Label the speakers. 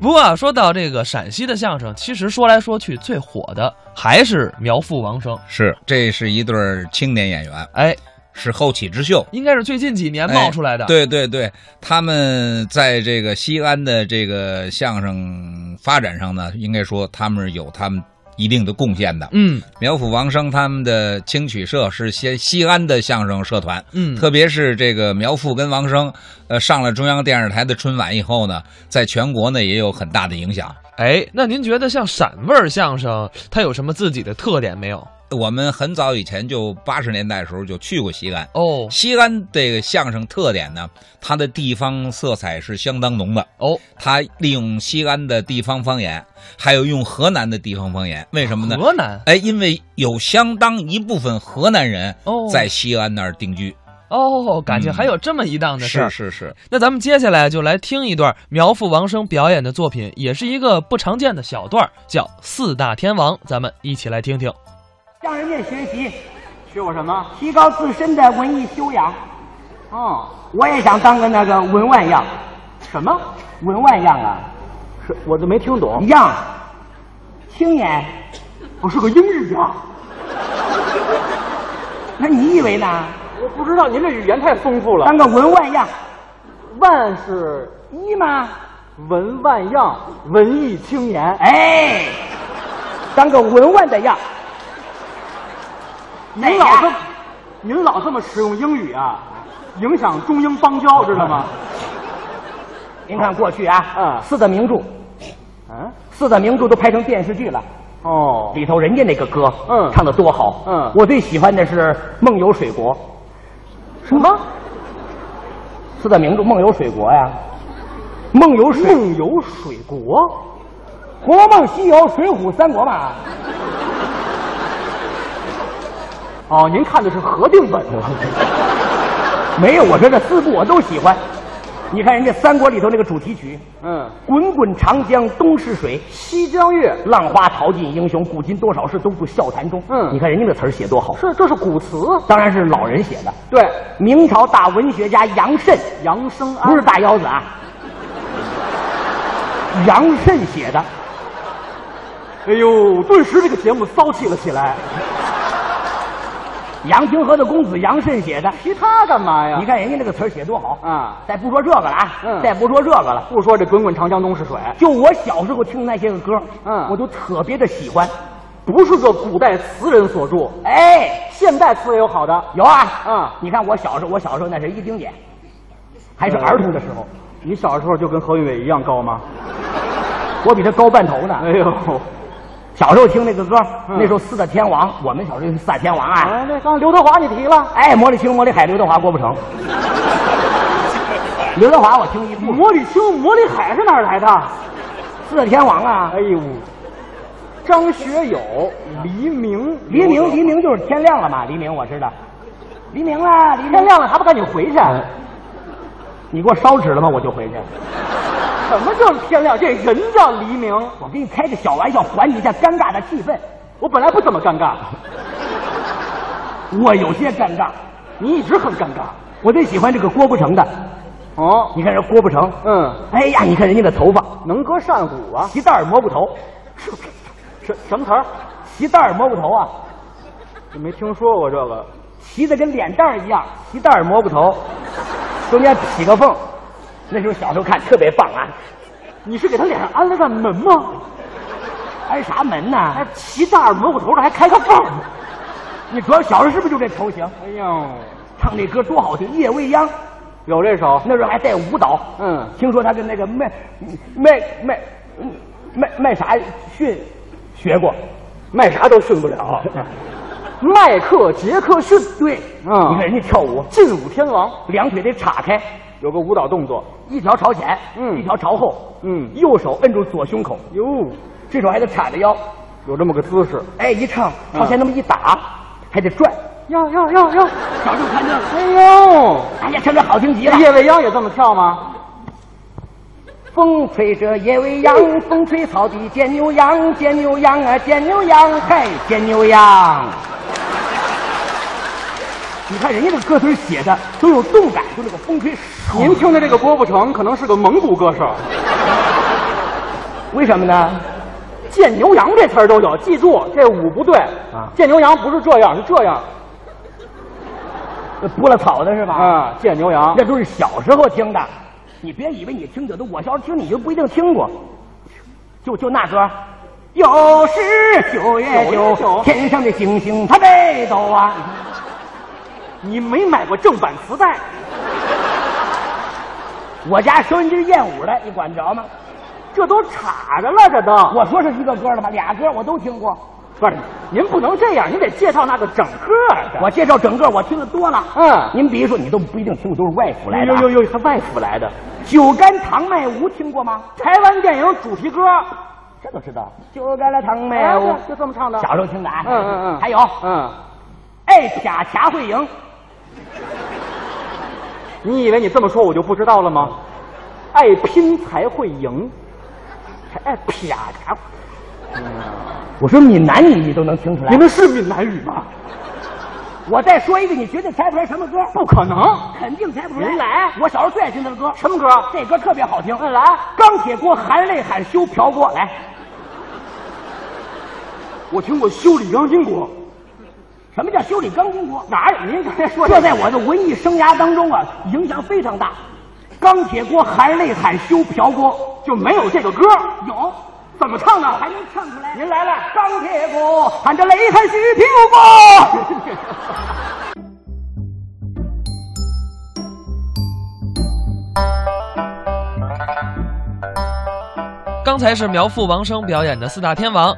Speaker 1: 不过、啊、说到这个陕西的相声，其实说来说去最火的还是苗阜、王声。
Speaker 2: 是，这是一对儿青年演员，
Speaker 1: 哎，
Speaker 2: 是后起之秀。
Speaker 1: 应该是最近几年冒出来的。
Speaker 2: 哎对对对，他们在这个西安的这个相声发展上呢，应该说他们是有他们一定的贡献的。
Speaker 1: 嗯
Speaker 2: 苗阜、王声他们的青曲社是先西安的相声社团，
Speaker 1: 嗯，
Speaker 2: 特别是这个苗阜跟王声，呃，上了中央电视台的春晚以后呢，在全国呢也有很大的影响。
Speaker 1: 哎，那您觉得像陕味儿相声，它有什么自己的特点没有？
Speaker 2: 我们很早以前就八十年代的时候就去过西安，
Speaker 1: 哦
Speaker 2: 西安这个相声特点呢，它的地方色彩是相当浓的。
Speaker 1: 哦，
Speaker 2: 它利用西安的地方方言，还有用河南的地方方言，为什么呢？
Speaker 1: 河南
Speaker 2: 哎，因为有相当一部分河南人
Speaker 1: 哦，
Speaker 2: 在西安那儿定居。
Speaker 1: 哦，感情
Speaker 2: 嗯
Speaker 1: 还有这么一档的事儿。
Speaker 2: 是是，
Speaker 1: 那咱们接下来就来听一段苗阜、王声表演的作品，也是一个不常见的小段儿，叫《四大天王》，咱们一起来听听。
Speaker 3: 向人家学习，
Speaker 4: 学我什么？
Speaker 3: 提高自身的文艺修养。
Speaker 4: 哦，
Speaker 3: 我也想当个那个文万样，
Speaker 4: 什么？
Speaker 3: 文万样啊，
Speaker 4: 是我都没听懂。
Speaker 3: 样，青年，
Speaker 4: 我是个英语啊家，
Speaker 3: 那你以为呢？
Speaker 4: 我不知道您这语言太丰富了
Speaker 3: 当。个文万样，
Speaker 4: 万是
Speaker 3: 一吗？
Speaker 4: 文万样，文艺青年。哎，
Speaker 3: 哎，当个文万的样。哎哪
Speaker 4: 您老这
Speaker 3: 样
Speaker 4: 么，您老这么使用英语啊，影响中英邦交，知道吗？
Speaker 3: 您看过去啊，
Speaker 4: 嗯
Speaker 3: 四大名著，
Speaker 4: 嗯，
Speaker 3: 四大名著都拍成电视剧了，
Speaker 4: 哦，
Speaker 3: 里头人家那个歌，
Speaker 4: 嗯
Speaker 3: 唱的多好，
Speaker 4: 嗯
Speaker 3: 我最喜欢的是《梦游水国》。什么？四大名著《梦游水国》呀，《梦游水》
Speaker 4: 梦游水国，
Speaker 3: 《红楼梦》《西游》《水浒》《三国》嘛。
Speaker 4: 哦，您看的是合订本啊？
Speaker 3: 没有，我说这四部我都喜欢。你看人家《三国》里头那个主题曲
Speaker 4: 嗯，
Speaker 3: “滚滚长江东逝水，
Speaker 4: 西江月
Speaker 3: 浪花淘尽英雄，古今多少事，都付笑谈中”。
Speaker 4: 嗯
Speaker 3: 你看人家那词儿写多好，
Speaker 4: 是这是古词，
Speaker 3: 当然是老人写的。
Speaker 4: 对，
Speaker 3: 明朝大文学家杨慎，
Speaker 4: 杨生安
Speaker 3: 不是大腰子啊，杨慎写的。
Speaker 4: 哎呦，顿时这个节目骚气了起来。
Speaker 3: 杨廷和的公子杨慎写的。
Speaker 4: 提他干嘛呀？
Speaker 3: 你看人家那个词儿写多好！
Speaker 4: 啊，
Speaker 3: 再不说这个了啊，
Speaker 4: 嗯
Speaker 3: 再不说这个了，
Speaker 4: 不说这滚滚长江东逝水，
Speaker 3: 就我小时候听那些个歌，
Speaker 4: 哎嗯
Speaker 3: 我都特别的喜欢。
Speaker 4: 不是个古代词人所著，
Speaker 3: 哎，
Speaker 4: 现代词也有好的。
Speaker 3: 有啊，
Speaker 4: 嗯
Speaker 3: 你看我小时候，我小时候那是一丁点，还是儿童的时候，
Speaker 4: 你小时候就跟何云伟一样高吗？
Speaker 3: 我比他高半头呢。
Speaker 4: 哎呦，
Speaker 3: 小时候听那个歌，
Speaker 4: 嗯
Speaker 3: 那时候四大天王，我们小时候是四大天王啊。
Speaker 4: 哎，那刚才刘德华你提了，
Speaker 3: 哎，魔力青、魔力海、刘德华、郭富 城。刘德华我听一部，
Speaker 4: 魔力青、魔力海是哪儿来的？
Speaker 3: 四大天王啊
Speaker 4: 哎，呦，张学友、黎明、
Speaker 3: 黎明，黎明就是天亮了嘛，黎明我知道，黎明啦，黎明
Speaker 4: 天亮了还不赶紧回去？
Speaker 3: 你给我烧纸了吗？我就回去。
Speaker 4: 什么叫天亮？这人叫黎明。
Speaker 3: 我给你开个小玩笑，缓解一下尴尬的气氛。
Speaker 4: 我本来不怎么 尴尬，
Speaker 3: 我有些尴尬，
Speaker 4: 你一直很尴尬。
Speaker 3: 我最喜欢这个郭富城的。
Speaker 4: 哦，
Speaker 3: 你看人郭富城，
Speaker 4: 嗯，
Speaker 3: 哎呀，你看人家的头发，
Speaker 4: 能歌善舞啊。
Speaker 3: 齐达尔蘑菇 头，
Speaker 4: 什什么词儿？
Speaker 3: 齐达尔蘑菇头啊，
Speaker 4: 我没听说过这个。
Speaker 3: 齐的跟脸蛋儿一样，齐达尔蘑菇头，中间起个缝。那时候小时候看特别棒啊，
Speaker 4: 你是给他脸上安了扇门吗？
Speaker 3: 安啥门呐、
Speaker 4: 还骑大耳蘑菇头的，还开个缝。
Speaker 3: 你主要小时候是不是就这头型？
Speaker 4: 哎呦，
Speaker 3: 唱那歌多好听，《夜未央》，
Speaker 4: 有这首？
Speaker 3: 那时候还带舞蹈。
Speaker 4: 嗯
Speaker 3: 听说他跟那个麦麦麦麦麦啥逊学过，啊
Speaker 4: 卖啥都训不了。迈克杰克逊，
Speaker 3: 对，
Speaker 4: 嗯
Speaker 3: 你看人家跳舞，
Speaker 4: 劲舞天王，
Speaker 3: 两腿得岔开，
Speaker 4: 有个舞蹈动作。
Speaker 3: 一条朝前，
Speaker 4: 嗯
Speaker 3: 一条朝后，
Speaker 4: 嗯
Speaker 3: 右手摁住左胸口，
Speaker 4: 哟，
Speaker 3: 这手还得叉着腰，
Speaker 4: 有这么个姿势。
Speaker 3: 哎，一唱
Speaker 4: 嗯
Speaker 3: 朝前那么一打，还得转。
Speaker 4: 要要要要！
Speaker 3: 小时候看这个，
Speaker 4: 哎呦，
Speaker 3: 哎呀，唱这好听极了。
Speaker 4: 夜未央也这么跳吗？
Speaker 3: 风吹着夜未央，风吹草地见牛羊，见牛羊啊，见牛羊，嗨，见牛羊。你看人家这歌词写的都有动感，就那个风吹草
Speaker 4: 您听的这个郭富城可能是个蒙古歌手。
Speaker 3: 为什么呢？
Speaker 4: 见牛羊这词儿都有，记住这舞不对
Speaker 3: 啊
Speaker 4: 见牛羊不是这样，是这样
Speaker 3: 拨了草的是吧？
Speaker 4: 啊，见牛羊
Speaker 3: 这都是小时候听的，你别以为你听有的，我小时候听你就不一定听过。就就那歌，又是九月
Speaker 4: 九月九
Speaker 3: 九，天上的星星它北斗啊。
Speaker 4: 你没买过正版磁带，
Speaker 3: 我家收音机是燕舞的，你管着吗？
Speaker 4: 这都岔着了，这都。
Speaker 3: 我说是一个歌了吧？俩歌我都听过。
Speaker 4: 不是，您不能这样，您得介绍那个整个的。
Speaker 3: 我介绍整个，我听的多了。
Speaker 4: 嗯
Speaker 3: 您别说，你都不一定听过，都是外府来的啊。
Speaker 4: 呦呦呦，他外府来的
Speaker 3: 九干糖麦吴听过吗？
Speaker 4: 台湾电影主题歌，
Speaker 3: 这都知道。九干了糖麦
Speaker 4: 哎
Speaker 3: 吴，
Speaker 4: 就这么唱的。
Speaker 3: 小时候听的啊。
Speaker 4: 嗯嗯嗯
Speaker 3: 还有，
Speaker 4: 嗯，
Speaker 3: 哎，卡卡会赢。
Speaker 4: 你以为你这么说我就不知道了吗？爱拼才会赢，还爱啪嚓。
Speaker 3: 我说闽南语你都能听出来
Speaker 4: 你，们是闽南语吗？
Speaker 3: 我再说一个，你绝对猜不出来什么歌，
Speaker 4: 不可能，
Speaker 3: 肯定猜不出来。
Speaker 4: 您来
Speaker 3: 我小时候最爱听的歌，
Speaker 4: 什么歌？
Speaker 3: 这歌特别好听。
Speaker 4: 嗯来
Speaker 3: 钢铁锅含泪喊修瓢锅，来，
Speaker 4: 我听过修理钢筋国，
Speaker 3: 什么叫修理钢筋锅？
Speaker 4: 哪有？您刚才说
Speaker 3: 这在我的文艺生涯当中啊，影响非常大。钢铁锅含泪喊修瓢锅，
Speaker 4: 就没有这个歌，
Speaker 3: 有
Speaker 4: 怎么唱的？
Speaker 3: 还能唱出来？
Speaker 4: 您来了，
Speaker 3: 钢铁锅喊着泪喊虚瓢锅。
Speaker 1: 刚才是苗阜、王声表演的四大天王，